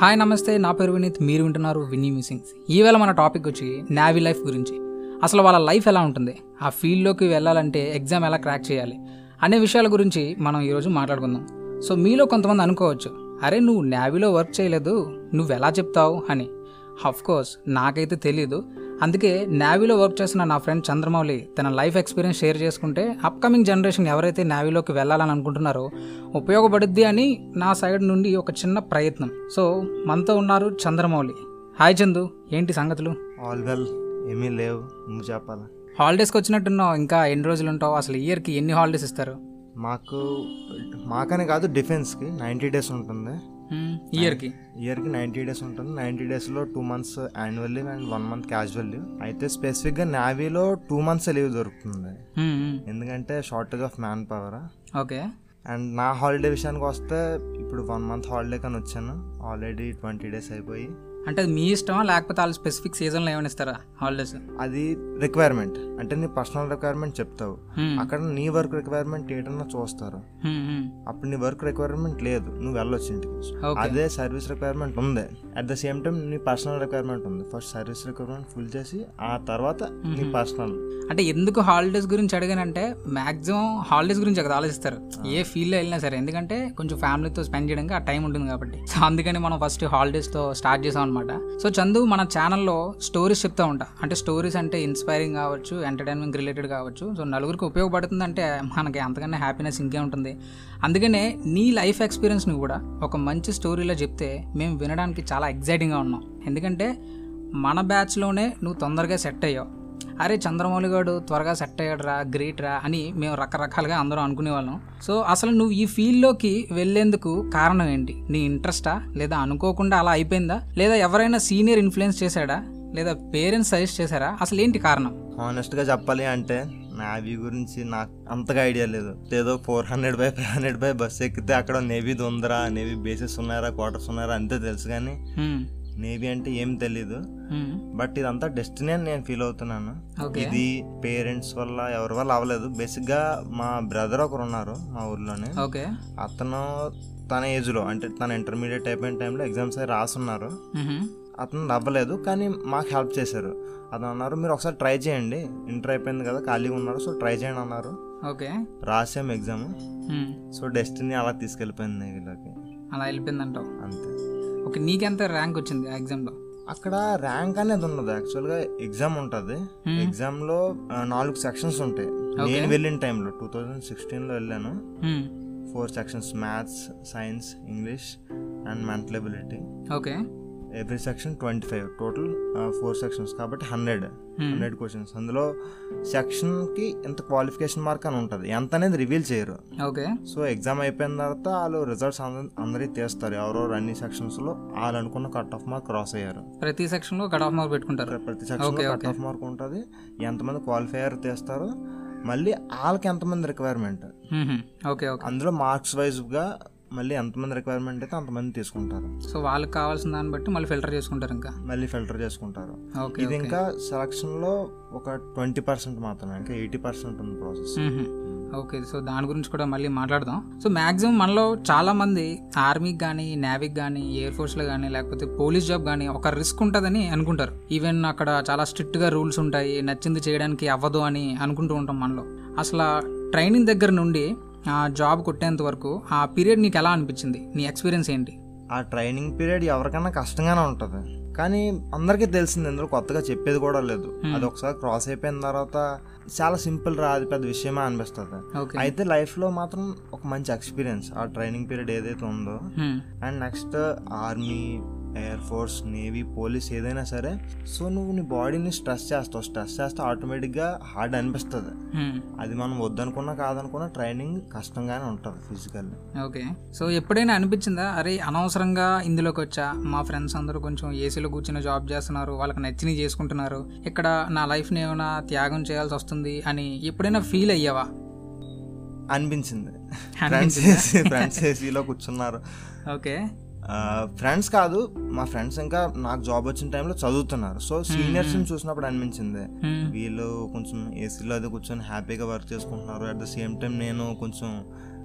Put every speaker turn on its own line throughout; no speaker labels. Hi నమస్తే నా పేరు వినీత్ మీరు వింటున్నారు విన్నీ మిస్సింగ్స్ ఈవేళ మన టాపిక్ వచ్చి నావీ లైఫ్ గురించి అసలు వాళ్ళ లైఫ్ ఎలా ఉంటుంది ఆ ఫీల్డ్లోకి వెళ్ళాలంటే ఎగ్జామ్ ఎలా క్రాక్ చేయాలి అనే విషయాల గురించి మనం ఈరోజు మాట్లాడుకుందాం సో మీలో కొంతమంది అనుకోవచ్చు అరే నువ్వు నావీలో వర్క్ చేయలేదు నువ్వు ఎలా చెప్తావు అని అఫ్ కోర్స్ నాకైతే తెలియదు అందుకే నావీలో వర్క్ చేసిన నా ఫ్రెండ్ చంద్రమౌళి తన లైఫ్ ఎక్స్పీరియన్స్ షేర్ చేసుకుంటే అప్కమింగ్ జనరేషన్ ఎవరైతే నావీలోకి వెళ్ళాలని అనుకుంటున్నారో ఉపయోగపడుద్ది అని నా సైడ్ నుండి ఒక చిన్న ప్రయత్నం సో మనతో ఉన్నారు చంద్రమౌళి హాయ్ చందు ఏంటి సంగతులు
ఆల్ వెల్ ఏమీ లేవు నువ్వు చెప్పాలా
హాలిడేస్కి వచ్చినట్టున్నావు ఇంకా ఎన్ని రోజులు ఉంటావు అసలు ఇయర్కి ఎన్ని హాలిడేస్ ఇస్తారు
మాకు మాకని కాదు డిఫెన్స్కి నైంటీ డేస్ ఉంటుంది
Hmm, ఇయర్కి
ఇయర్కి నైంటీ డేస్ ఉంటుంది నైంటీ డేస్లో two months annual leave and one month casual leave అయితే స్పెసిఫిక్గా నావీలో టూ మంత్స్ లీవ్ దొరుకుతుంది
Hmm,
ఎందుకంటే shortage of manpower
okay
and నా హాలిడే విషయానికి వస్తే ఇప్పుడు వన్ మంత్ హాలిడే కానీ వచ్చాను ఆల్రెడీ ట్వంటీ డేస్ అయిపోయి
అంటే మీ ఇష్టమా లేకపోతే వాళ్ళు స్పెసిఫిక్ సీజన్లో ఏమైనా ఇస్తారా హాలిడేస్
అది రిక్వైర్మెంట్ అంటే నీ పర్సనల్ రిక్వైర్మెంట్ చెప్తావు
Hmm.
అక్కడ నీ వర్క్ రిక్వైర్మెంట్ ఏంటన్నా చూస్తారు
hmm.
అప్పుడు నీ వర్క్ రిక్వైర్మెంట్ లేదు నువ్వు వెళ్ళొచ్చు ఇంటికి
Okay.
అదే సర్వీస్ రిక్వైర్మెంట్ ఉంది అట్ ద సేమ్ టైం నీ పర్సనల్ రిక్వైర్మెంట్ ఉంది ఫస్ట్ సర్వీస్ రిక్వైర్మెంట్ ఫుల్ చేసి ఆ తర్వాత నీ పర్సనల్
అంటే ఎందుకు హాలిడేస్ గురించి అడిగానంటే మ్యాక్సిమం హాలిడేస్ గురించి అక్కడ ఆలోచిస్తారు ఏ ఫీల్డ్లో వెళ్ళినా సరే ఎందుకంటే కొంచెం ఫ్యామిలీతో స్పెండ్ చేయడానికి ఆ టైం ఉంటుంది కాబట్టి సో అందుకని మనం ఫస్ట్ హాలిడేస్తో స్టార్ట్ చేసాం అనమాట సో చందు మన ఛానల్లో స్టోరీస్ చెప్తా ఉంటా అంటే స్టోరీస్ అంటే ఇన్స్పైరింగ్ కావచ్చు ఎంటర్టైన్మెంట్ రిలేటెడ్ కావచ్చు సో నలుగురికి ఉపయోగపడుతుందంటే మనకి అంతకన్నా హ్యాపీనెస్ ఇంకే ఉంటుంది అందుకనే నీ లైఫ్ ఎక్స్పీరియన్స్ని కూడా ఒక మంచి స్టోరీలో చెప్తే మేము వినడానికి చాలా ఎగ్జైటింగ్గా ఉన్నాం ఎందుకంటే మన బ్యాచ్లోనే నువ్వు తొందరగా సెట్ అయ్యావు అరే చంద్రమౌళి గారు త్వరగా సెట్ అయ్యాడురా గ్రేట్ రా అని మేము రకరకాలుగా అందరం అనుకునేవాళ్ళం సో అసలు నువ్వు ఈ ఫీల్డ్లోకి వెళ్ళేందుకు కారణం ఏంటి నీ ఇంట్రెస్టా లేదా అనుకోకుండా అలా అయిపోయిందా లేదా ఎవరైనా సీనియర్ ఇన్ఫ్లుయెన్స్ చేశాడా లేదా పేరెంట్స్ సజెస్ట్ చేశారా అసలు ఏంటి కారణం
హానెస్ట్గా చెప్పాలి అంటే నావీ గురించి నాకు అంతగా ఐడియా లేదు ఏదో four hundred by five hundred by bus ఎక్కితే అక్కడ నేవీది ఉందిరా నేవీ బేసెస్ ఉన్నారా క్వార్టర్స్ ఉన్నారా అంతే తెలుసు కానీ
హ్మ్,
నేవీ అంటే ఏం తెలీదు
హ్మ్,
బట్ ఇదంతా డెస్టినీ అని నేను ఫీల్ అవుతున్నాను
Okay.
ఇది పేరెంట్స్ వల్ల ఎవరి వల్ల అవ్వలేదు బేసిక్గా మా బ్రదర్ ఒకరు ఉన్నారు మా ఊర్లోనే
ఓకే
అతను తన ఏజ్లో అంటే తన ఇంటర్మీడియట్ అయిపోయిన టైంలో ఎగ్జామ్స్ అవి రాసున్నారు
మ్హూ,
అతను అవ్వలేదు కానీ మాకు హెల్ప్ చేశారు అతను అన్నారు మీరు ఒకసారి ట్రై చేయండి ఇంటర్ అయిపోయింది కదా ఖాళీగా ఉన్నారు సో ట్రై చేయండి అన్నారు
ఓకే
రాసాం ఎగ్జామ్
హ్మ్,
సో డెస్టినీ అలా తీసుకెళ్ళిపోయింది వీళ్ళకి
అలా వెళ్ళిపోయిందంటావు
అంతే
ఓకే నీకెంత ర్యాంక్ వచ్చింది ఆ ఎగ్జామ్లో
అక్కడ ర్యాంక్ అనేది ఉండదు యాక్చువల్గా ఎగ్జామ్ ఉంటుంది
Hmm.
ఎగ్జామ్లో ఆ, నాలుగు సెక్షన్స్ ఉంటాయి నేను వెళ్ళిన టైంలో టూ థౌజండ్ సిక్స్టీన్లో వెళ్ళాను
హ్మ్,
four sections maths science English and mental ability
okay
every section twenty five total four sections uh, కాబట్టి హండ్రెడ్
హ్మ్,
హండ్రెడ్ క్వశ్చన్స్ అందులో సెక్షన్కి ఎంత క్వాలిఫికేషన్ మార్క్ అని ఉంటుంది ఎంత అనేది రివీల్ చేయరు
ఓకే
సో ఎగ్జామ్ అయిపోయిన తర్వాత వాళ్ళు రిజల్ట్స్ అందరికీ తీస్తారు ఎవరెవరు అన్ని సెక్షన్స్లో వాళ్ళు అనుకున్న కట్ ఆఫ్ మార్క్ క్రాస్ అయ్యారు
ప్రతి సెక్షన్లో కట్ ఆఫ్ మార్క్ పెట్టుకుంటారు
ప్రతి section
Okay,
cut
okay.
Off mark ఉంటుంది ఎంతమంది క్వాలిఫైయర్ తీస్తారు మళ్ళీ వాళ్ళకి ఎంతమంది రిక్వైర్మెంట్
మ్హూ, ఓకే ఓకే
అందులో మార్క్స్ వైజ్గా మళ్ళీ ఎంతమంది రిక్వైర్మెంట్ అయితే అంతమంది తీసుకుంటారు
సో వాళ్ళకి కావాల్సిన దాన్ని బట్టి మళ్ళీ ఫిల్టర్ చేసుకుంటారు ఇంకా
మళ్ళీ ఫిల్టర్ చేసుకుంటారు
ఓకే
ఇది ఇంకా సెలక్షన్లో ఒక ట్వంటీ పర్సెంట్ మాత్రమే ఇంకా ఎయిటీ పర్సెంట్ ఉంది ప్రాసెస్
మ్మ్. ఓకే సో దాని గురించి కూడా మళ్ళీ మాట్లాడదాం సో మ్యాక్సిమం మనలో చాలా మంది ఆర్మీకి కానీ నేవీకి కానీ ఎయిర్ ఫోర్స్లో కానీ లేకపోతే పోలీస్ జాబ్ కానీ ఒక రిస్క్ ఉంటుందని అనుకుంటారు ఈవెన్ అక్కడ చాలా స్ట్రిక్ట్గా రూల్స్ ఉంటాయి నచ్చింది చేయడానికి అవ్వదు అని అనుకుంటూ ఉంటాం మనలో అసలు ట్రైనింగ్ దగ్గర నుండి ఆ జాబ్ కొట్టేంత వరకు ఆ పీరియడ్ నీకు ఎలా అనిపించింది నీ ఎక్స్పీరియన్స్ ఏంటి
ఆ ట్రైనింగ్ పీరియడ్ ఎవరికైనా కష్టంగానే ఉంటుంది కానీ అందరికీ తెలిసింది ఇందులో కొత్తగా చెప్పేది కూడా లేదు అది ఒకసారి క్రాస్ అయిపోయిన తర్వాత చాలా సింపుల్ రా అది పెద్ద విషయమే అనిపిస్తుంది
ఓకే
అయితే లైఫ్లో మాత్రం ఒక మంచి ఎక్స్పీరియన్స్ ఆ ట్రైనింగ్ పీరియడ్ ఏదైతే ఉందో
మ్మ్.
And next army air force navy police ఏదైనా సరే సో నువ్వు నీ బాడీని స్ట్రెస్ చేస్తావు స్ట్రెస్ చేస్తే ఆటోమేటిక్గా హార్డ్ అనిపిస్తుంది
మ్మ్.
అది మనం వద్దనుకున్నా కాదనుకున్నా ట్రైనింగ్ కష్టంగానే ఉంటుంది ఫిజికల్
ఓకే సో ఎప్పుడైనా అనిపించిందా అరే అనవసరంగా ఇందులోకి వచ్చా మా ఫ్రెండ్స్ అందరూ కొంచెం ఏసీలో కూర్చుని జాబ్ చేస్తున్నారు వాళ్ళకి నచ్చినవి చేసుకుంటున్నారు ఇక్కడ నా లైఫ్ని ఏమైనా త్యాగం చేయాల్సి వస్తుంది అని ఎప్పుడైనా ఫీల్ అయ్యావా
అనిపించింది ఫ్రెండ్స్
అనిపించిందా?
ఫ్రెండ్స్ ఏసీలో కూర్చున్నారు
ఓకే
ఫ్రెండ్స్ కాదు మా ఫ్రెండ్స్ ఇంకా నాకు జాబ్ వచ్చిన టైంలో చదువుతున్నారు సో సీనియర్స్ని చూసినప్పుడు అనిపించింది
మ్మ్.
వీళ్ళు కొంచెం ఏసీలో అది కూర్చొని హ్యాపీగా వర్క్ చేసుకుంటున్నారు అట్ ద సేమ్ టైం నేను కొంచెం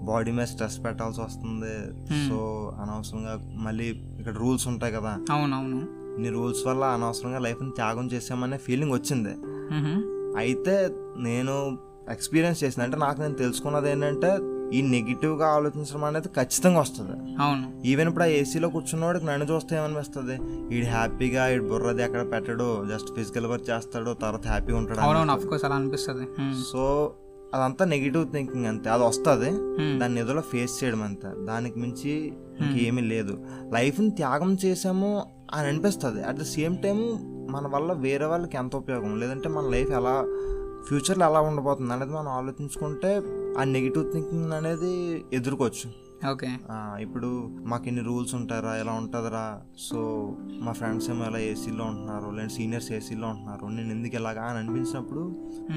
బాడీ మీద స్ట్రెస్ పెట్టాల్సి వస్తుంది సో అనవసరంగా మళ్ళీ ఇక్కడ రూల్స్ ఉంటాయి కదా
అవునవును
నీ రూల్స్ వల్ల అనవసరంగా లైఫ్ని త్యాగం చేసామనే ఫీలింగ్ వచ్చింది అయితే నేను ఎక్స్పీరియన్స్ చేసిన అంటే నాకు నేను తెలుసుకున్నది ఏంటంటే ఈ నెగిటివ్గా ఆలోచించడం అనేది ఖచ్చితంగా వస్తుంది
అవును
ఈవెన్ ఇప్పుడు ఆ ఏసీలో కూర్చున్నవాడికి నన్ను చూస్తే ఏమనిపిస్తుంది ఈడు హ్యాపీగా ఈడు బుర్రది ఎక్కడ పెట్టడు జస్ట్ ఫిజికల్ వర్క్ చేస్తాడు తర్వాత హ్యాపీగా ఉంటాడు అని.
అవునవును అఫ్కోర్స్ అలా అనిపిస్తుంది మ్మ్.
సో అదంతా నెగిటివ్ థింకింగ్ అంతే అది వస్తుంది
మ్మ్.
దాన్ని ఎదురులో ఫేస్ చేయడం అంతే దానికి మించి ఇంకేమీ లేదు లైఫ్ని త్యాగం చేసాము అని అనిపిస్తుంది అట్ ద సేమ్ టైం మన వల్ల వేరే వాళ్ళకి ఎంత ఉపయోగం లేదంటే మన లైఫ్ ఎలా ఫ్యూచర్లో ఎలా ఉండబోతుంది అనేది మనం ఆలోచించుకుంటే ఆ నెగిటివ్ థింకింగ్ అనేది ఎదుర్కోవచ్చు
ఓకే
ఆ, ఇప్పుడు మాకు ఇన్ని రూల్స్ ఉంటారా ఇలా ఉంటుందిరా సో మా ఫ్రెండ్స్ ఏమో ఇలా ఏసీలో ఉంటున్నారు లేదంటే సీనియర్స్ ఏసీలో ఉంటున్నారు నేను ఎందుకు ఇలాగా అని అనిపించినప్పుడు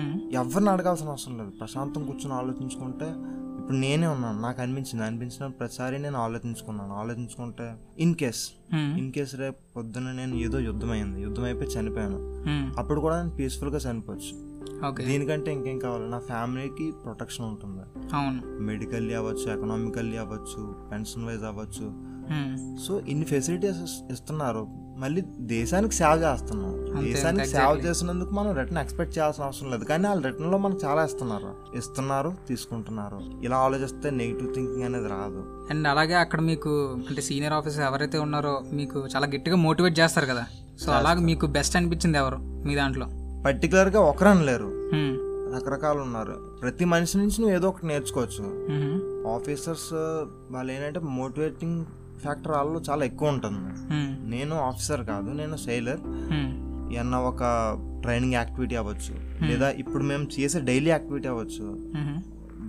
మ్మ్.
ఎవరిని అడగాల్సిన అవసరం లేదు ప్రశాంతం కూర్చొని ఆలోచించుకుంటే ఇప్పుడు నేనే ఉన్నాను నాకు అనిపించింది అనిపించిన ప్రతిసారి నేను ఆలోచించుకున్నాను ఆలోచించుకుంటే ఇన్ కేస్
మ్మ్.
ఇన్ కేస్ రేపు పొద్దున్న నేను ఏదో యుద్ధం అయింది యుద్ధం అయిపోయి చనిపోయాను
మ్మ్.
అప్పుడు కూడా నేను పీస్ఫుల్గా చనిపోవచ్చు
ఓకే
దీనికంటే ఇంకేం కావాలి నా ఫ్యామిలీకి ప్రొటెక్షన్ ఉంటుంది
అవును
మెడికల్లీ అవ్వచ్చు ఎకనామికల్లీ అవ్వచ్చు పెన్షన్ వైజ్ అవ్వచ్చు
మ్మ్.
సో ఇన్ని ఫెసిలిటీస్ ఇస్- ఇస్తున్నారు మళ్ళీ దేశానికి సేవ చేస్తున్నాం దేశానికి సేవ చేసినందుకు మనం రిటర్న్ ఎక్స్పెక్ట్ చేయాల్సిన అవసరం లేదు కానీ వాళ్ళు రిటర్న్ లో మనం చాలా ఇస్తున్నారు ఇస్తున్నారు తీసుకుంటున్నారు ఇలా ఆలోచిస్తే నెగిటివ్ థింకింగ్ అనేది రాదు
అండ్ అలాగే అక్కడ మీకు అంటే సీనియర్ ఆఫీసర్ ఎవరైతే ఉన్నారో మీకు చాలా గట్టిగా మోటివేట్ చేస్తారు కదా సో అలాగే మీకు బెస్ట్ అనిపించింది ఎవరు మీ దాంట్లో
పర్టికులర్ గా ఒకరని లేరు
మ్మ్.
రకరకాలు ఉన్నారు ప్రతి మనిషి నుంచి నువ్వు ఏదో ఒకటి నేర్చుకోవచ్చు
మ్మ్.
ఆఫీసర్స్ వాళ్ళు ఏంటంటే మోటివేటింగ్ ఫ్యాక్టర్ వాళ్ళు చాలా ఎక్కువ ఉంటుంది
మ్మ్.
నేను ఆఫీసర్ కాదు నేను సెయిలర్
మ్మ్.
ఏమన్నా ఒక ట్రైనింగ్ యాక్టివిటీ అవ్వచ్చు లేదా
Hmm.
ఇప్పుడు మేము చేసే డైలీ యాక్టివిటీ అవ్వచ్చు
మ్మ్.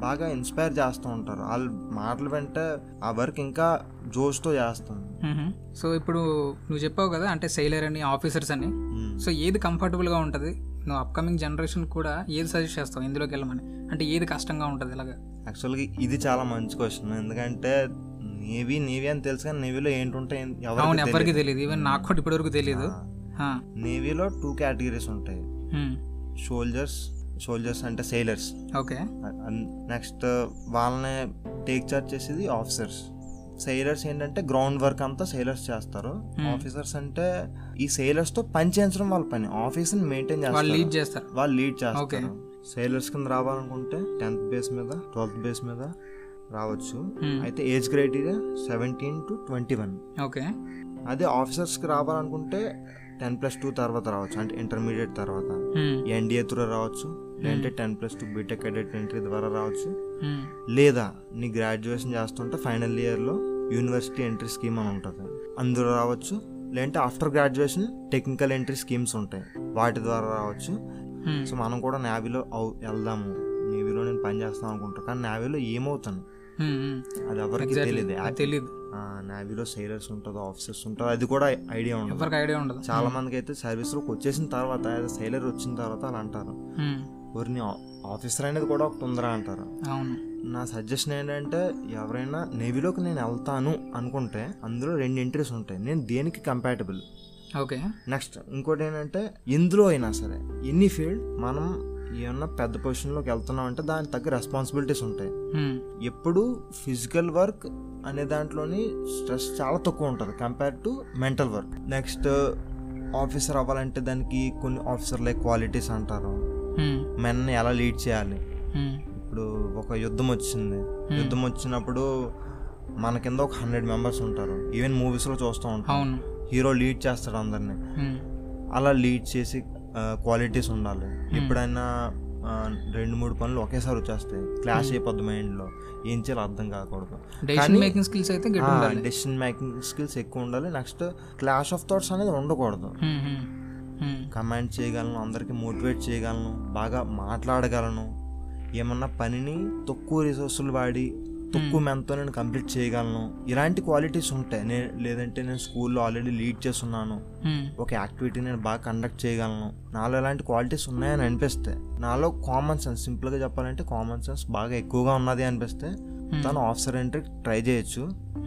బాగా ఇన్స్పైర్ చేస్తూ ఉంటారు వాళ్ళు మాటలు వెంటే ఆ వర్క్ ఇంకా జోష్తో చేస్తాను
మ్మ్. సో ఇప్పుడు నువ్వు చెప్పావు కదా అంటే సెయిలర్ అని ఆఫీసర్స్ అని సో ఏది కంఫర్టబుల్గా ఉంటుంది నువ్వు అప్కమింగ్ జనరేషన్ కూడా ఏది సజెస్ట్ చేస్తావు ఇందులోకి వెళ్ళమని అంటే ఏది కష్టంగా ఉంటుంది ఇలాగా
యాక్చువల్గా ఇది చాలా మంచి క్వశ్చన్ ఎందుకంటే నేవీ నేవీ అని తెలుసు కానీ నేవీలో ఏంటంటే
అవును
ఎవరికి
ఎవరికి తెలియదు ఈవెన్ నాకు కూడా ఇప్పటివరకు తెలియదు ఆ.
నేవీలో టూ కేటగిరీస్ ఉంటాయి
మ్మ్.
షోల్జర్స్ షోల్జర్స్ అంటే సెయిలర్స్
ఓకే
నెక్స్ట్ వాళ్ళని టేక్ చార్జ్ చేసేది ఆఫీసర్స్ సెయిలర్స్ ఏంటంటే గ్రౌండ్ వర్క్ అంతా సెయిలర్స్ చేస్తారు ఆఫీసర్స్ అంటే ఈ sailors తో పని చేయించడం వాళ్ళ పని ఆఫీస్ మెయింటైన్
వాళ్ళు
చేస్తారు
లీడ్ చేస్తారు
వాళ్ళు లీడ్ చేస్తారు సెయిలర్స్ కింద రావాలనుకుంటే టెన్త్ బేస్ మీద ట్వెల్త్ బేస్ మీద రావచ్చు
Hmm.
అయితే age criteria seventeen to twenty one
okay
అదే ఆఫీసర్స్కి రావాలనుకుంటే టెన్ ప్లస్ టూ తర్వాత రావచ్చు అంటే ఇంటర్మీడియట్ తర్వాత
మ్మ్.
ఎన్డీఏ త్రూ రావచ్చు లేదంటే ten plus two BTech అడెట్ entry ద్వారా రావచ్చు
మ్మ్.
లేదా నీ గ్రాడ్యుయేషన్ చేస్తుంటే ఫైనల్ ఇయర్లో యూనివర్సిటీ ఎంట్రీ స్కీమ్ అని ఉంటుంది అందులో రావచ్చు లేదంటే after graduation technical entry schemes ఉంటాయి వాటి ద్వారా రావచ్చు
మ్మ్.
సో మనం కూడా నేవీలో అవు- వెళ్దాము నేవీలో నేను పని చేస్తాను అనుకుంటాను కానీ నేవీలో ఏమవుతాను
మ్మ్. మ్మ్.
అది ఎవరికి తెలియదు
అది తెలీదు
నేవీలో సెయిలర్స్ ఉంటుంది ఆఫీసర్స్ ఉంటుంది అది కూడా ఐడియా ఉండదు
ఎవరికి ఐడియా ఉండదు
చాలా మందికి అయితే సర్వీస్లోకి వచ్చేసిన తర్వాత సెయిలర్ వచ్చిన తర్వాత అలా అంటారు
మ్మ్.
ఎవరిని ఆఫీసర్ అనేది కూడా ఒకటి ఉందరా అంటారు
అవును
నా సజెషన్ ఏంటంటే ఎవరైనా నేవీలోకి నేను వెళ్తాను అనుకుంటే అందులో రెండు ఎంట్రీస్ ఉంటాయి నేను దేనికి కంపాటబుల్
ఓకే
నెక్స్ట్ ఇంకోటి ఏంటంటే ఎందులో అయినా సరే ఎన్ని ఫీల్డ్ మనం ఏమన్నా పెద్ద పొజిషన్లోకి వెళ్తున్నాం అంటే దానికి తగ్గ రెస్పాన్సిబిలిటీస్ ఉంటాయి
మ్మ్.
ఎప్పుడు ఫిజికల్ వర్క్ అనే దాంట్లోని స్ట్రెస్ చాలా తక్కువ ఉంటుంది compare to mental work next officer అవ్వాలంటే దానికి కొన్ని ఆఫీసర్ లైక్ క్వాలిటీస్ అంటారు
మ్మ్.
మెన్ ఎలా లీడ్ చేయాలి
మ్మ్.
ఇప్పుడు ఒక యుద్ధం వచ్చింది యుద్ధం వచ్చినప్పుడు మన కింద ఒక హండ్రెడ్ మెంబర్స్ ఉంటారు ఈవెన్ మూవీస్లో చూస్తూ ఉంటాం
అవును
హీరో లీడ్ చేస్తాడు అందరినీ
మ్మ్.
అలా లీడ్ చేసి క్వాలిటీస్ ఉండాలి ఎప్పుడైనా ఆ, రెండు మూడు పనులు ఒకేసారి వచ్చేస్తాయి క్లాష్ అయిపోద్ది మైండ్లో ఏం చేయాలో అర్థం కాకూడదు
డెసిషన్ మేకింగ్ స్కిల్స్ అయితే గట్టి ఉండాలి
డెసిషన్ మేకింగ్ స్కిల్స్ ఎక్కువ ఉండాలి నెక్స్ట్ క్లాష్ ఆఫ్ థాట్స్ అనేది ఉండకూడదు
మ్మ్. మ్మ్. మ్మ్.
కమాండ్ చేయగలను అందరికీ మోటివేట్ చేయగలను బాగా మాట్లాడగలను ఏమన్నా పనిని తక్కువ రిసోర్సులు వాడి తక్కువ మెంతో నేను కంప్లీట్ చేయగలను ఇలాంటి క్వాలిటీస్ ఉంటాయి నేను లేదంటే నేను స్కూల్లో ఆల్రెడీ లీడ్ చేస్తున్నాను
మ్మ్.
ఒక యాక్టివిటీ నేను బాగా కండక్ట్ చేయగలను నాలో ఎలాంటి క్వాలిటీస్ ఉన్నాయని అనిపిస్తే నాలో కామన్ సెన్స్ సింపుల్గా చెప్పాలంటే కామన్ సెన్స్ బాగా ఎక్కువగా ఉన్నది అనిపిస్తే తను ఆఫీసర్ ఎంట్రీ ట్రై చేయొచ్చు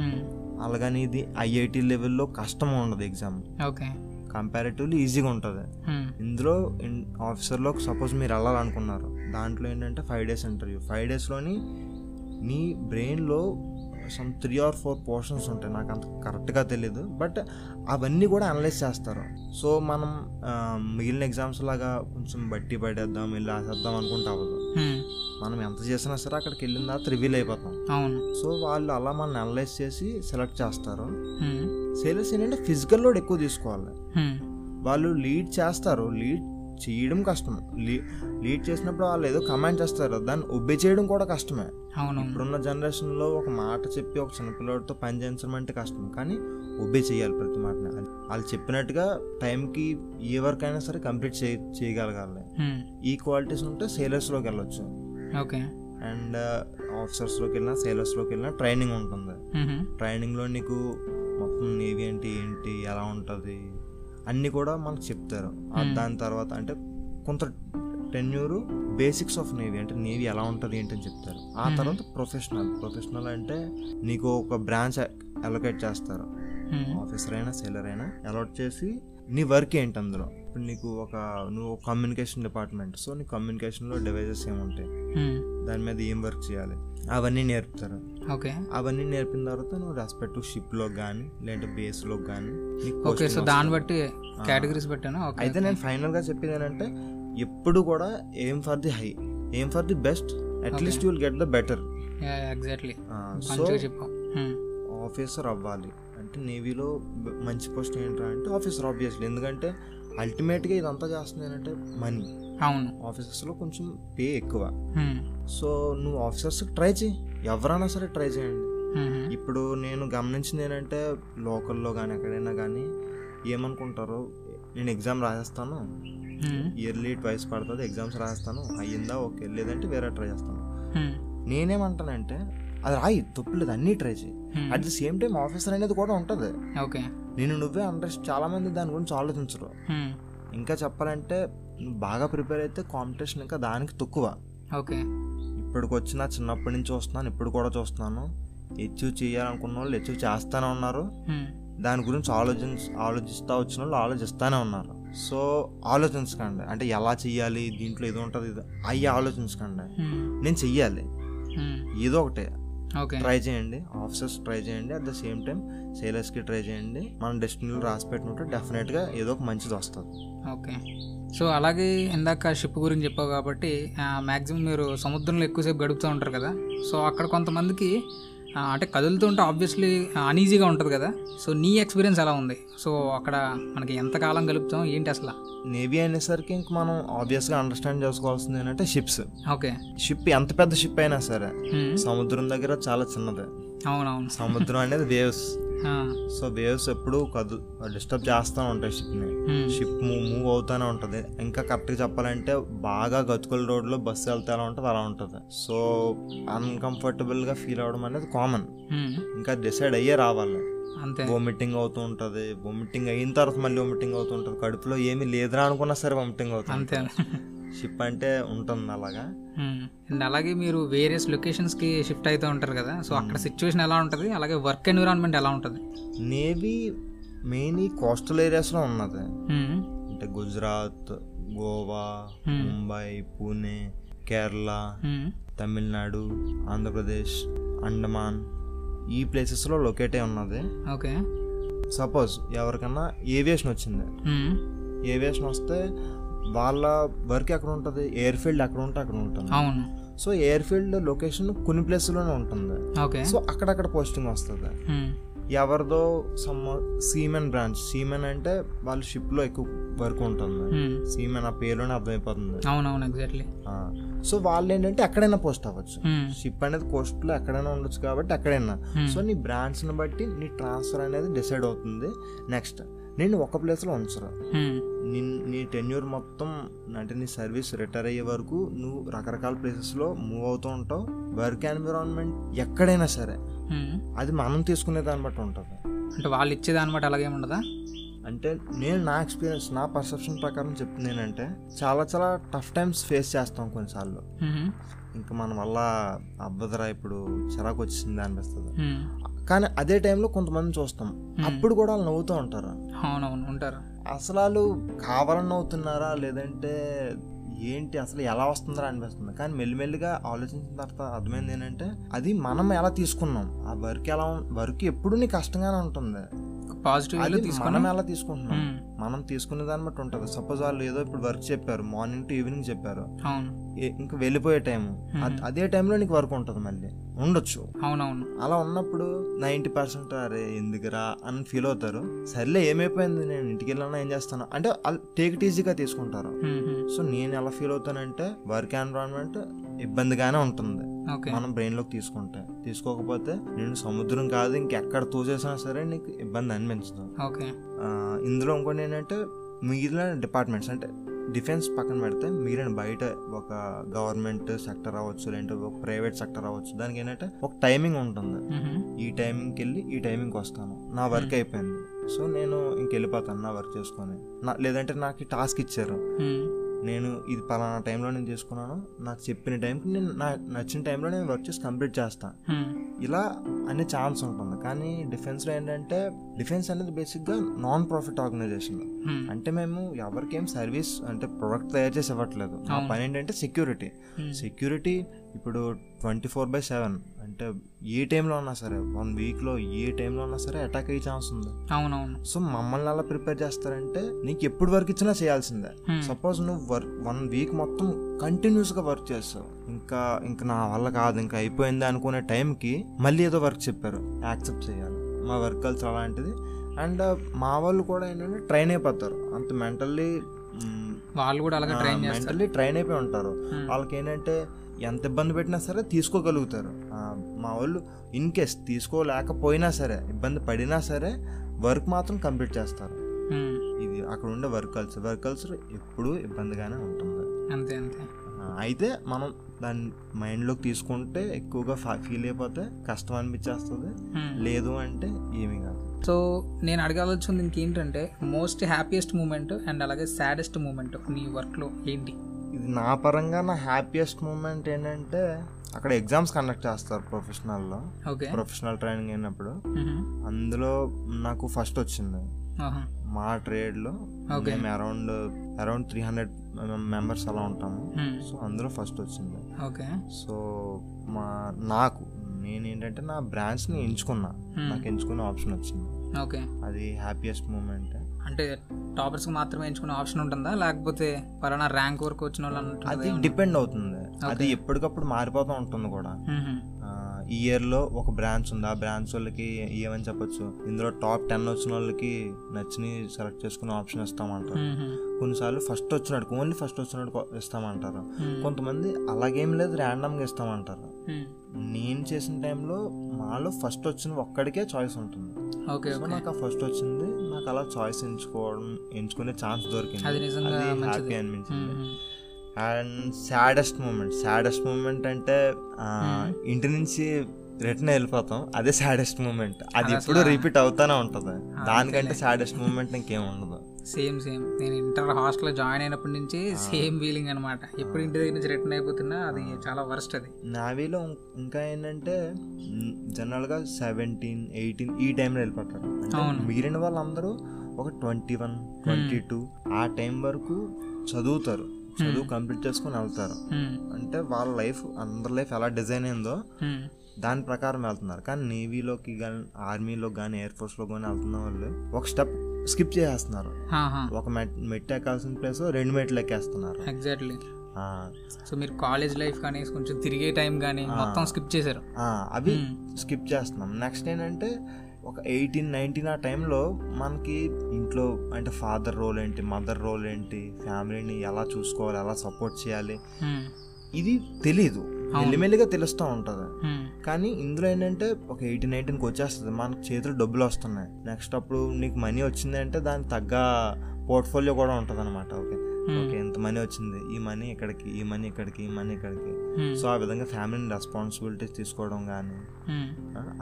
మ్మ్.
అలాగని ఇది ఐఐటి లెవెల్లో కష్టం ఉండదు ఎగ్జామ్
ఓకే
కంపారిటివ్లీ ఈజీగా ఉంటుంది
మ్మ్.
ఇందులో ఇన్ ఆఫీసర్లో సపోజ్ మీరు వెళ్ళాలనుకున్నారు దాంట్లో ఏంటంటే ఫైవ్ డేస్ ఇంటర్వ్యూ ఫైవ్ డేస్లోని నీ బ్రెయిన్లో some three or four portions ఉంటాయి నాకు అంత కరెక్ట్గా తెలియదు బట్ అవన్నీ కూడా అనలైజ్ చేస్తారు సో మనం ఆ, మిగిలిన ఎగ్జామ్స్ లాగా కొంచెం బట్టి పడేద్దాం వెళ్ళి రాసేద్దాం అనుకుంటే అవ్వదు
హ్మ్.
మనం ఎంత చేసినా సరే అక్కడికి వెళ్ళిన తర్వాత రివీల్ అయిపోతాం
అవును
సో వాళ్ళు అలా మనల్ని అనలైజ్ చేసి సెలెక్ట్ చేస్తారు
హ్మ్.
సేల్స్ ఏంటంటే ఫిజికల్ లోడ్ ఎక్కువ తీసుకోవాలి
హ్మ్.
వాళ్ళు లీడ్ చేస్తారు లీడ్ చేయడం కష్టం లీ లీడ్ చేసినప్పుడు వాళ్ళు ఏదో కమాండ్ చేస్తారు దాన్ని ఒబ్బే చేయడం కూడా కష్టమే
అవును
ఇప్పుడున్న జనరేషన్లో ఒక మాట చెప్పి ఒక చిన్నపిల్లడితో పని చేయించడం అంటే కష్టం కానీ ఒబే చేయాలి ప్రతి మాటని అది వాళ్ళు చెప్పినట్టుగా టైంకి ఏ వర్క్ అయినా సరే కంప్లీట్ చేయ చేయగలగాలి
హ్మ్.
ఈ క్వాలిటీస్ ఉంటే సేలర్స్లోకి వెళ్ళొచ్చు
ఓకే
అండ్ ఆఫీసర్స్లోకి వెళ్ళినా సేలర్స్లోకి వెళ్ళినా ట్రైనింగ్ ఉంటుంది
హ్మ్.
ట్రైనింగ్లో నీకు మొత్తం నీవి ఏంటి ఏంటి ఎలా ఉంటుంది అన్నీ కూడా మనకు చెప్తారు ఆ దాని తర్వాత అంటే కొంత టెన్యూరు బేసిక్స్ ఆఫ్ నేవీ అంటే నేవీ ఎలా ఉంటుంది ఏంటి అని చెప్తారు ఆ తర్వాత ప్రొఫెషనల్ ప్రొఫెషనల్ అంటే నీకు ఒక బ్రాంచ్ అలొకేట్ చేస్తారు
హ్మ్.
ఆఫీసర్ అయినా సెల్లర్ అయినా అలాట్ చేసి నీ వర్క్ ఏంటి అందులో ఇప్పుడు నీకు ఒక నువ్వు కమ్యూనికేషన్ డిపార్ట్మెంట్ సో నీ కమ్యూనికేషన్లో డివైజెస్ ఏముంటాయి
హ్మ్.
దాని మీద ఏం వర్క్ చేయాలి అవన్నీ నేర్పుతారు
ఓకే
అవన్నీ నేర్పిన తర్వాత నువ్వు రెస్పెక్ట్ షిప్లో కానీ లేదంటే బేస్లో కానీ నీకు
ఓకే సో
posting
దాన్ని బట్టి కేటగిరీస్ పెట్టాను
వస్తుంది.
ఓకే
అయితే నేను ఫైనల్గా చెప్పేది ఏంటంటే ఎప్పుడు కూడా aim for the high aim for the best at least you'll get the better
exactly
so
మంచిగా Hmm, చెప్పావు హ్మ్.
ఆఫీసర్ అవ్వాలి అంటే నేవీలో బ- మంచి పోస్ట్ ఏంట్రా అంటే ఆఫీసర్ ఆబ్వియస్లీ ఎందుకంటే అల్టిమేట్గా ఇదంతా చేస్తుంది ఏంటంటే మనీ
అవును Hmm,
ఆఫీసర్స్లో కొంచెం పే ఎక్కువ
హ్మ్.
సో నువ్వు ఆఫీసర్స్ ట్రై చేయి ఎవరైనా సరే ట్రై చేయండి
హ్మ్. హ్మ్.
ఇప్పుడు నేను గమనించింది ఏంటంటే లోకల్లో కానీ ఎక్కడైనా కానీ ఏమనుకుంటారు నేను ఎగ్జామ్ రాసేస్తాను
హ్మ్.
ఇయర్లీ ట్వైస్ పడుతుంది ఎగ్జామ్స్ రాసేస్తాను అయ్యిందా ఓకే లేదంటే వేరే ట్రై చేస్తాను
హ్మ్.
నేనేమంటానంటే అది రాయి తప్పులేదు అన్నీ ట్రై చేయి
హ్మ్.
At the same time officer అనేది కూడా ఉంటుంది
ఓకే
నేను నువ్వే అండర్స్ట్ చాలామంది దాని గురించి ఆలోచించరు
హ్మ్.
ఇంకా చెప్పాలంటే నువ్వు బాగా ప్రిపేర్ అయితే కాంపిటీషన్ ఇంకా దానికి తక్కువ
ఓకే
ఇప్పటికి వచ్చిన చిన్నప్పటి నుంచి చూస్తున్నాను ఇప్పుడు కూడా చూస్తున్నాను అచీవ్ చేయాలనుకున్న వాళ్ళు అచీవ్ చేస్తూనే ఉన్నారు
హ్మ్.
దాని గురించి ఆలోచి ఆలోచిస్తూ వచ్చిన వాళ్ళు ఆలోచిస్తూనే ఉన్నారు సో ఆలోచించకండి అంటే ఎలా చెయ్యాలి దీంట్లో ఇది ఉంటుంది ఇది అవి ఆలోచించకండి
హ్మ్.
నేను చెయ్యాలి
హ్మ్.
ఏదో ఒకటే
ఓకే
ట్రై చేయండి ఆఫీసర్స్ ట్రై చేయండి అట్ ద సేమ్ టైం సేలర్స్కి ట్రై చేయండి మన డెస్టినీలో రాసి పెట్టినట్టు డెఫినెట్గా ఏదో ఒక మంచిది వస్తుంది
ఓకే సో అలాగే ఇందాక షిప్ గురించి చెప్పావు కాబట్టి మ్యాక్సిమం మీరు సముద్రంలో ఎక్కువసేపు గడుపుతూ ఉంటారు కదా సో అక్కడ కొంతమందికి ఆ, అంటే కదులుతూ ఉంటే ఆబ్వియస్లీ అన్ఈజీగా ఉంటుంది కదా సో నీ ఎక్స్పీరియన్స్ ఎలా ఉంది సో అక్కడ మనకి ఎంతకాలం గలుపుతాం ఏంటి అసలు
నేవీ అనేసరికి ఇంక మనం ఆబ్వియస్గా అండర్స్టాండ్ చేసుకోవాల్సింది ఏంటంటే షిప్స్
ఓకే
షిప్ ఎంత పెద్ద షిప్ అయినా సరే
హ్మ్.
సముద్రం దగ్గర చాలా చిన్నది
అవునవును
సముద్రం అనేది వేవ్స్
ఆ,
సో వేవ్స్ ఎప్పుడు కదు డిస్టర్బ్ చేస్తూ ఉంటాయి షిప్ని
హ్మ్.
షిప్ మూవ్ మూవ్ అవుతూనే ఉంటుంది ఇంకా కరెక్ట్గా చెప్పాలంటే బాగా గతుకుల రోడ్లో బస్సు వెళ్తే ఎలా ఉంటుంది అలా ఉంటుంది సో అన్కంఫర్టబుల్గా ఫీల్ అవడం అనేది కామన్
హ్మ్.
ఇంకా డిసైడ్ అయ్యే రావాలి
అంతే
వొమిటింగ్ అవుతూ ఉంటుంది వొమిటింగ్ అయిన తర్వాత మళ్ళీ వొమిటింగ్ అవుతూ ఉంటుంది కడుపులో ఏమీ లేదురా అనుకున్నా సరే వొమిటింగ్ అవుతుంది
అంతే
షిప్ అంటే ఉంటుంది అలాగా
హ్మ్. అండ్ అలాగే మీరు వేరియస్ లొకేషన్స్కి షిఫ్ట్ అవుతూ ఉంటారు కదా సో అక్కడ సిచ్యువేషన్ ఎలా ఉంటుంది అలాగే వర్క్ ఎన్విరాన్మెంట్ ఎలా ఉంటుంది
నేవీ మెయిన్ ఈ కోస్టల్ ఏరియాస్లో ఉన్నది
హ్మ్.
అంటే గుజరాత్ గోవా
Hmm.
ముంబై పూణే కేరళ
హ్మ్.
తమిళనాడు ఆంధ్రప్రదేశ్ అండమాన్ ఈ ప్లేసెస్లో లొకేట్ అయి ఉన్నది
ఓకే
సపోజ్ ఎవరికన్నా ఏవియేషన్ వచ్చింది
హ్మ్.
ఏవియేషన్ వస్తే వాళ్ళ వర్క్ ఎక్కడ ఉంటుంది ఎయిర్ ఫీల్డ్ ఎక్కడ ఉంటే అక్కడ ఉంటుంది
అవును
సో ఎయిర్ ఫీల్డ్ లొకేషన్ కొన్ని ప్లేస్లోనే ఉంటుంది
ఓకే Hmm.
సో అక్కడక్కడ పోస్టింగ్ వస్తుంది
హ్మ్.
ఎవరిదో సమ్ సీమెన్ బ్రాంచ్ సీమెన్ అంటే వాళ్ళ షిప్లో ఎక్కువ వర్క్ ఉంటుంది
హ్మ్.
సీమెన్ ఆ పేరులోనే అర్థమైపోతుంది
Hmm. అవునవును ఎగ్జాక్ట్లీ
ఆ, సో వాళ్ళు ఏంటంటే ఎక్కడైనా పోస్ట్ అవ్వచ్చు షిప్ అనేది కోస్ట్లో ఎక్కడైనా ఉండొచ్చు కాబట్టి ఎక్కడైనా
Hmm.
సో నీ బ్రాంచ్ని బట్టి నీ ట్రాన్స్ఫర్ అనేది డిసైడ్ అవుతుంది నెక్స్ట్ నేను ఒక ప్లేస్లో ఉంచరు
Hmm.
నీ నీ టెన్యూర్ మొత్తం అంటే నీ సర్వీస్ రిటైర్ అయ్యే వరకు నువ్వు రకరకాల ప్లేసెస్లో మూవ్ అవుతూ ఉంటావు వర్క్ ఎన్విరాన్మెంట్ ఎక్కడైనా సరే అది మనం తీసుకునే దాన్ని బట్టి ఉంటుంది
Hmm. అంటే వాళ్ళు ఇచ్చేది అనమాట అలాగే ఉండదా
అంటే నేను నా ఎక్స్పీరియన్స్ నా పర్సెప్షన్ ప్రకారం చెప్తుంది ఏంటంటే చాలా చాలా టఫ్ టైమ్స్ ఫేస్ చేస్తాం కొన్నిసార్లు
హ్మ్.
ఇంకా మన వల్ల అబ్బదరా ఇప్పుడు చిరాకు వచ్చింది అనిపిస్తుంది
హ్మ్.
కానీ అదే టైంలో కొంతమంది చూస్తాం
Hmm.
అప్పుడు కూడా వాళ్ళు నవ్వుతూ ఉంటారు
అవునవును ఉంటారు
అసలు వాళ్ళు కావాలని నవ్వుతున్నారా లేదంటే ఏంటి అసలు ఎలా వస్తుందా అనిపిస్తుంది కానీ మెల్లిమెల్లిగా ఆలోచించిన తర్వాత అర్థమైంది ఏంటంటే అది మనం ఎలా తీసుకున్నాం ఆ వర్క్ ఎలా వర్క్ ఎప్పుడు నీ కష్టంగానే ఉంటుంది
పాజిటివ్ వేలో
అది
తీసుకున్నాం
మనం ఎలా తీసుకుంటున్నాం
ఉమ్,
మనం తీసుకునే దాన్ని బట్టి ఉంటుంది సపోజ్ వాళ్ళు ఏదో ఇప్పుడు వర్క్ చెప్పారు మార్నింగ్ టు ఈవినింగ్ చెప్పారు
అవును Hmm.
ఏ- ఇంకా వెళ్ళిపోయే టైము అ- అదే టైంలో నీకు వర్క్ ఉంటుంది మళ్ళీ ఉండొచ్చు
అవునవును
అలా ఉన్నప్పుడు నైంటీ పర్సెంట్ అరే ఎందుకురా అని ఫీల్ అవుతారు సర్లే ఏమైపోయింది నేను ఇంటికి వెళ్ళినా ఏం చేస్తాను అంటే వాళ్ళు టేక్ ఇట్ ఈజీగా తీసుకుంటారు
ఉమ్, ఉమ్,
సో నేను ఎలా ఫీల్ అవుతానంటే వర్క్ ఎన్విరాన్మెంట్ ఇబ్బందిగానే ఉంటుంది
ఓకే
మనం బ్రెయిన్లోకి తీసుకుంటే తీసుకోకపోతే నేను సముద్రం కాదు ఇంకెక్కడ తోసేసినా సరే నీకు ఇబ్బంది అనిపించదు
ఓకే
ఆ, ఇందులో ఇంకోటి ఏంటంటే మిగిలిన డిపార్ట్మెంట్స్ అంటే డిఫెన్స్ పక్కన పెడితే మిగిలిన బయట ఒక గవర్నమెంట్ సెక్టర్ అవ్వచ్చు లేదంటే ఒక ప్రైవేట్ సెక్టర్ అవ్వచ్చు దానికి ఏంటంటే ఒక టైమింగ్ ఉంటుంది
ఉమ్, ఉమ్,
ఈ టైంకి వెళ్ళి ఈ టైంకి వస్తాను నా వర్క్ అయిపోయింది సో నేను ఇంకెళ్ళిపోతాను నా వర్క్ చేసుకొని నా లేదంటే నాకు ఈ టాస్క్ ఇచ్చారు
ఉమ్,
నేను ఇది పలానా టైంలో నేను చేసుకున్నాను నాకు చెప్పిన టైంకి నేను నా నచ్చిన టైంలో నేను వర్క్ చేసి కంప్లీట్ చేస్తాను
ఉమ్,
ఇలా అనే ఛాన్స్ ఉంటుంది కానీ డిఫెన్స్లో ఏంటంటే డిఫెన్స్ అనేది బేసిక్గా నాన్ ప్రాఫిట్ ఆర్గనైజేషన్
ఉమ్,
అంటే మేము ఎవరికేం సర్వీస్ అంటే ప్రొడక్ట్ తయారు చేసి ఇవ్వట్లేదు మా
అవును.
పని ఏంటంటే సెక్యూరిటీ
ఉమ్,
సెక్యూరిటీ ఇప్పుడు ట్వంటీ ఫోర్ బై సెవెన్ అంటే ఏ టైంలో ఉన్నా సరే వన్ వీక్లో ఏ టైంలో ఉన్నా సరే అటాక్ అయ్యే ఛాన్స్ ఉంది
అవునవును
సో మమ్మల్ని అలా ప్రిపేర్ చేస్తారంటే నీకు ఎప్పుడు వర్క్ ఇచ్చినా చేయాల్సిందే
Hmm.
సపోజ్ నువ్వు వర్క్ వన్ వీక్ మొత్తం కంటిన్యూస్గా వర్క్ చేస్తావు ఇంకా ఇంకా నా వల్ల కాదు ఇంకా అయిపోయింది అనుకునే టైంకి మళ్ళీ ఏదో వర్క్ చెప్పారు యాక్సెప్ట్ చేయాలి మా వర్క్ కల్చర్ అలాంటిది అండ్ మా వాళ్ళు కూడా ఏంటంటే ట్రైన్ అయిపోతారు అంత మెంటల్లీ
వాళ్ళు కూడా అలాగే ట్రైన్ చేస్తారు
మెంటల్లీ ట్రైన్ అయిపోయి ఉంటారు
Hmm.
వాళ్ళకి ఏంటంటే ఎంత ఇబ్బంది పెట్టినా సరే తీసుకోగలుగుతారు ఆ, మా వాళ్ళు ఇన్ కేస్ తీసుకోలేకపోయినా సరే ఇబ్బంది పడినా సరే వర్క్ మాత్రం కంప్లీట్ చేస్తారు
ఉమ్,
ఇది అక్కడ ఉండే వర్క్ కల్చర్ వర్క్ కల్చర్ ఎప్పుడూ ఇబ్బందిగానే ఉంటుంది
అంతే అంతే
ఆ, అయితే మనం దాన్ని మైండ్లోకి తీసుకుంటే ఎక్కువగా ఫీల్ అయిపోతే కష్టం అనిపించేస్తుంది
ఉమ్.
లేదు అంటే ఏమీ కాదు
సో Hmm. నేను అడగాల్సింది ఇంకేంటంటే మోస్ట్ హ్యాపీయెస్ట్ మూమెంట్ అండ్ అలాగే సాడెస్ట్ మూమెంట్ నీ వర్క్లో ఏంటి
ఇది నా పరంగా నా హ్యాపీయెస్ట్ మూమెంట్ ఏంటంటే అక్కడ ఎగ్జామ్స్ కండక్ట్ చేస్తారు ప్రొఫెషనల్లో
ఓకే
ప్రొఫెషనల్ ట్రైనింగ్ అయినప్పుడు అందులో నాకు ఫస్ట్ వచ్చింది మా ట్రేడ్లో
Okay.
మేము around around three hundred members అలా ఉంటాము సో అందులో ఫస్ట్ వచ్చింది
ఓకే
సో మా నాకు నేనేంటంటే నా బ్రాంచ్ని ఎంచుకున్నా
Hmm.
నాకు ఎంచుకునే ఆప్షన్ వచ్చింది
ఓకే
అది హ్యాపీయెస్ట్ మూమెంట్
అంటే టాపర్స్కి మాత్రమే ఎంచుకునే ఆప్షన్ ఉంటుందా లేకపోతే పలానా ర్యాంక్ వరకు వచ్చిన వాళ్ళు
అది
అన్నట్టు
డిపెండ్ అవుతుంది అది ఎప్పటికప్పుడు మారిపోతూ ఉంటుంది కూడా ఆ, ఈ ఇయర్లో ఒక బ్రాంచ్ ఉంది ఆ బ్రాంచ్ వాళ్ళకి ఏమని చెప్పొచ్చు ఇందులో టాప్ టెన్ వచ్చిన వాళ్ళకి నచ్చిని సెలెక్ట్ చేసుకునే ఆప్షన్ ఇస్తామంటారు కొన్నిసార్లు ఫస్ట్ వచ్చినాడు ఓన్లీ ఫస్ట్ వచ్చినాడు కో- ఇస్తామంటారు కొంతమంది అలాగేం లేదు ర్యాండమ్గా ఇస్తామంటారు నేను చేసిన టైంలో మాలో ఫస్ట్ వచ్చిన ఒక్కడికే చాయిస్ ఉంటుంది
ఓకే
సో
ఓకే
నాకు ఆ ఫస్ట్ వచ్చింది నాకు అలా చాయిస్ ఎంచుకోవడం ఎంచుకునే ఛాన్స్ దొరికింది
అది నిజంగా
హ్యాపీ
మంచిది
అనిపించింది
మ్మ్.
And saddest moment saddest moment అంటే ఆ, ఇంటి నుంచి రిటర్న్ వెళ్ళిపోతాం అదే సాడెస్ట్ మూమెంట్ అది ఎప్పుడు రిపీట్ అవుతానే ఉంటుంది దానికంటే సాడెస్ట్ మూమెంట్ ఇంకేం ఉండదు
సేమ్ సేమ్ నేను ఇంటర్ హాస్టల్లో జాయిన్ అయినప్పటి నుంచి సేమ్ ఫీలింగ్ అనమాట ఎప్పుడు ఇంటి దగ్గర నుంచి రిటర్న్ అయిపోతున్నా అది చాలా వర్స్ట్ అది
నావీలో ఇం- ఇంకా ఏంటంటే మ్, జనరల్గా సెవెంటీన్ ఎయిటీన్ ఈ టైంలో వెళ్ళిపోతారు అంటే
అవును.
మిగిలిన వాళ్ళందరూ ఒక ట్వంటీ వన్ ట్వంటీ టూ ఆ టైం వరకు చదువుతారు చదువు కంప్లీట్ చేసుకొని వెళ్తారు
మ్మ్.
అంటే వాళ్ళ లైఫ్ అందరి లైఫ్ ఎలా డిజైన్ అయిందో
మ్మ్.
దాని ప్రకారం వెళ్తున్నారు కానీ నేవీలోకి కానీ ఆర్మీలో కానీ ఎయిర్ ఫోర్స్లో కానీ వెళ్తున్న వాళ్ళు ఒక స్టెప్ స్కిప్ చేసేస్తున్నారు
ఆహా.
ఒక మెట్ మెట్టు ఎక్కాల్సిన ప్లేస్ రెండు మెట్లు ఎక్కేస్తున్నారు
ఎగ్జాక్ట్లీ
ఆ,
సో మీరు కాలేజ్ లైఫ్ కానీ కొంచెం తిరిగే టైం కానీ మొత్తం స్కిప్ చేశారు
ఆ, అవి స్కిప్ చేస్తున్నాం నెక్స్ట్ ఏంటంటే ఒక ఎయిటీన్ నైన్టీన్ ఆ టైంలో మనకి ఇంట్లో అంటే ఫాదర్ రోల్ ఏంటి మదర్ రోల్ ఏంటి ఫ్యామిలీని ఎలా చూసుకోవాలి ఎలా సపోర్ట్ చేయాలి
మ్మ్.
ఇది తెలీదు మెల్లిమెల్లిగా తెలుస్తూ ఉంటుంది
మ్మ్.
కానీ ఇందులో ఏంటంటే ఒక ఎయిటీన్ నైన్టీన్కి వచ్చేస్తుంది మనకు చేతులు డబ్బులు వస్తున్నాయి నెక్స్ట్ అప్పుడు నీకు మనీ వచ్చిందంటే దానికి తగ్గ పోర్ట్ఫోలియో కూడా ఉంటుంది అనమాట ఓకే ఓకే ఇంత మనీ వచ్చింది ఈ మనీ ఇక్కడికి ఈ మనీ ఇక్కడికి ఈ మనీ ఇక్కడికి
Hmm.
సో ఆ విధంగా ఫ్యామిలీని రెస్పాన్సిబిలిటీస్ తీసుకోవడం కానీ
మ్మ్.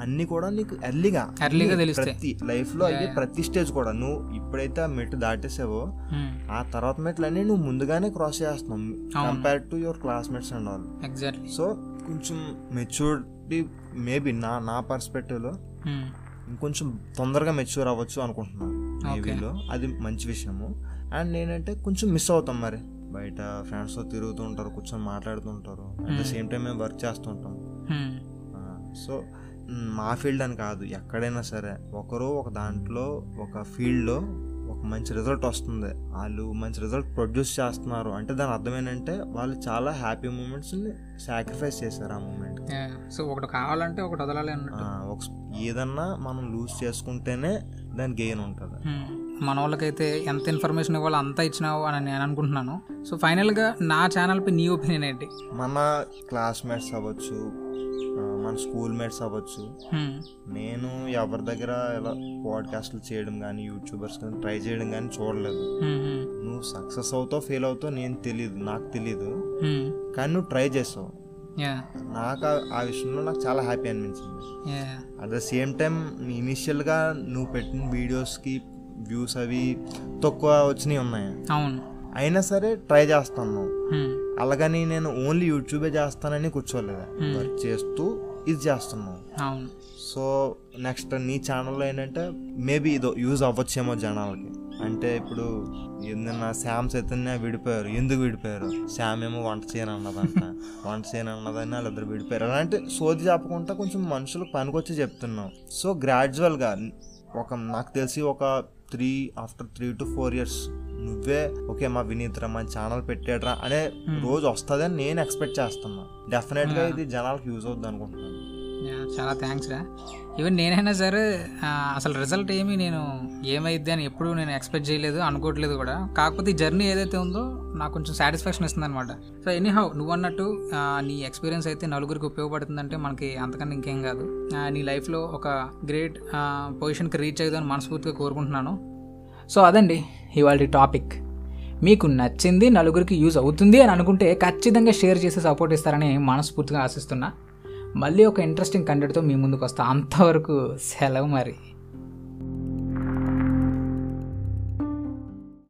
అన్నీ కూడా నీకు ఎర్లీగా
ఎర్లీగా తెలుస్తాయి
ప్రతి లైఫ్లో అయ్యే ప్రతి స్టేజ్ కూడా నువ్వు ఎప్పుడైతే ఆ మెట్టు దాటేసావో
మ్మ్.
ఆ తర్వాత మెట్లు అన్నీ నువ్వు ముందుగానే క్రాస్ చేస్తున్నావు compare to your classmates and all
exactly
so కొంచెం మెచ్యూరిటీ మేబీ నా నా పర్స్పెక్టివ్లో
మ్మ్.
ఇంకొంచెం తొందరగా మెచ్యూర్ అవ్వచ్చు అనుకుంటున్నాను నేవీలో అది మంచి విషయము అండ్ నేనంటే కొంచెం మిస్ అవుతాం మరి బయట ఫ్రెండ్స్తో తిరుగుతూ ఉంటారు కూర్చొని మాట్లాడుతూ ఉంటారు అట్ ద సేమ్ టైం మేము వర్క్ చేస్తూ ఉంటాం
హ్మ్.
సో మా ఫీల్డ్ అని కాదు ఎక్కడైనా సరే ఒకరు ఒక దాంట్లో ఒక ఫీల్డ్లో ఒక మంచి రిజల్ట్ వస్తుంది వాళ్ళు మంచి రిజల్ట్ ప్రొడ్యూస్ చేస్తున్నారు అంటే దాని అర్థం ఏంటంటే వాళ్ళు చాలా హ్యాపీ మూమెంట్స్ని సాక్రిఫైస్ చేశారు ఆ మూమెంట్
యా. సో ఒకటి కావాలంటే ఒకటి వదలాలి అన్నట్టు
ఒక ఏదన్నా మనం లూజ్ చేసుకుంటేనే దాని గెయిన్ ఉంటుంది
హ్మ్. మన వాళ్ళకైతే Hmm. ఎంత ఇన్ఫర్మేషన్ ఇవ్వాలో అంతా ఇచ్చినావు అని నేను అనుకుంటున్నాను సో ఫైనల్గా నా ఛానల్పై నీ ఒపీనియన్ ఏంటి
మన క్లాస్మేట్స్ అవ్వచ్చు ఆ, మన స్కూల్ మేట్స్ అవ్వచ్చు
హ్మ్.
నేను ఎవరి దగ్గర ఇలా పాడ్కాస్ట్లు చేయడం కానీ యూట్యూబర్స్ కానీ ట్రై చేయడం కానీ చూడలేదు
హ్మ్, హ్మ్,
నువ్వు సక్సెస్ అవుతావు ఫెయిల్ అవుతావు నేను తెలియదు నాకు తెలియదు
హ్మ్.
కానీ నువ్వు ట్రై చేస్తావు
యా
నాకు ఆ- ఆ విషయంలో నాకు చాలా హ్యాపీ అనిపించింది
yeah
at the same time ఇనీషియల్గా నువ్వు పెట్టిన వీడియోస్కి వ్యూస్ అవి తక్కువ వచ్చినాయి ఉన్నాయి
అవును Hmm.
అయినా సరే ట్రై చేస్తాను
హ్మ్.
అలాగని నేను ఓన్లీ యూట్యూబే చేస్తానని కూర్చోలేదు
Hmm.
వర్క్ చేస్తూ ఇది చేస్తున్నాను
అవును
సో నెక్స్ట్ నీ ఛానల్లో ఏంటంటే మేబీ ఇదో యూజ్ అవ్వచ్చేమో జనాలకి అంటే ఇప్పుడు ఏదన్నా శామ్ చైతన్య విడిపోయారు ఎందుకు విడిపోయారు శామ్ ఏమో వంట చేయను అన్నదంట వంట చేయను అన్నదని వాళ్ళిద్దరు విడిపోయారు అలాంటి సోది చెప్పకుండా కొంచెం మనుషులకు పనికొచ్చి చెప్తున్నాం సో గ్రాడ్యువల్గా ఒక నాకు తెలిసి ఒక three after three to four years నువ్వే ఓకే మా వినీత్రా మా ఛానల్ పెట్టాడ్రా అనే రోజు వస్తుందని నేను ఎక్స్పెక్ట్ చేస్తున్నా డెఫినెట్గా ఇది జనాలకు యూజ్ అవుద్ది అనుకుంటున్నాను
యా, చాలా థ్యాంక్స్ రా ఈవెన్ నేనైనా సరే ఆ, అసలు రిజల్ట్ ఏమి నేను ఏమైద్ది అని ఎప్పుడు నేను ఎక్స్పెక్ట్ చేయలేదు అనుకోవట్లేదు కూడా కాకపోతే ఈ జర్నీ ఏదైతే ఉందో నాకు కొంచెం సాటిస్ఫాక్షన్ ఇస్తుంది అనమాట సో ఎనీహౌ నువ్వు అన్నట్టు ఆ, నీ ఎక్స్పీరియన్స్ అయితే నలుగురికి ఉపయోగపడుతుందంటే మనకి అంతకన్నా ఇంకేం కాదు ఆ, నీ లైఫ్లో ఒక గ్రేట్ పొజిషన్కి రీచ్ అవుతుందని మనస్ఫూర్తిగా కోరుకుంటున్నాను సో అదండి ఇవాళ టాపిక్ మీకు నచ్చింది నలుగురికి యూజ్ అవుతుంది అని అనుకుంటే ఖచ్చితంగా షేర్ చేసి సపోర్ట్ ఇస్తారని మనస్ఫూర్తిగా ఆశిస్తున్నా మళ్ళీ ఒక ఇంట్రెస్టింగ్ కంటెంట్తో మీ ముందుకు వస్తా అంతవరకు సెలవు మరి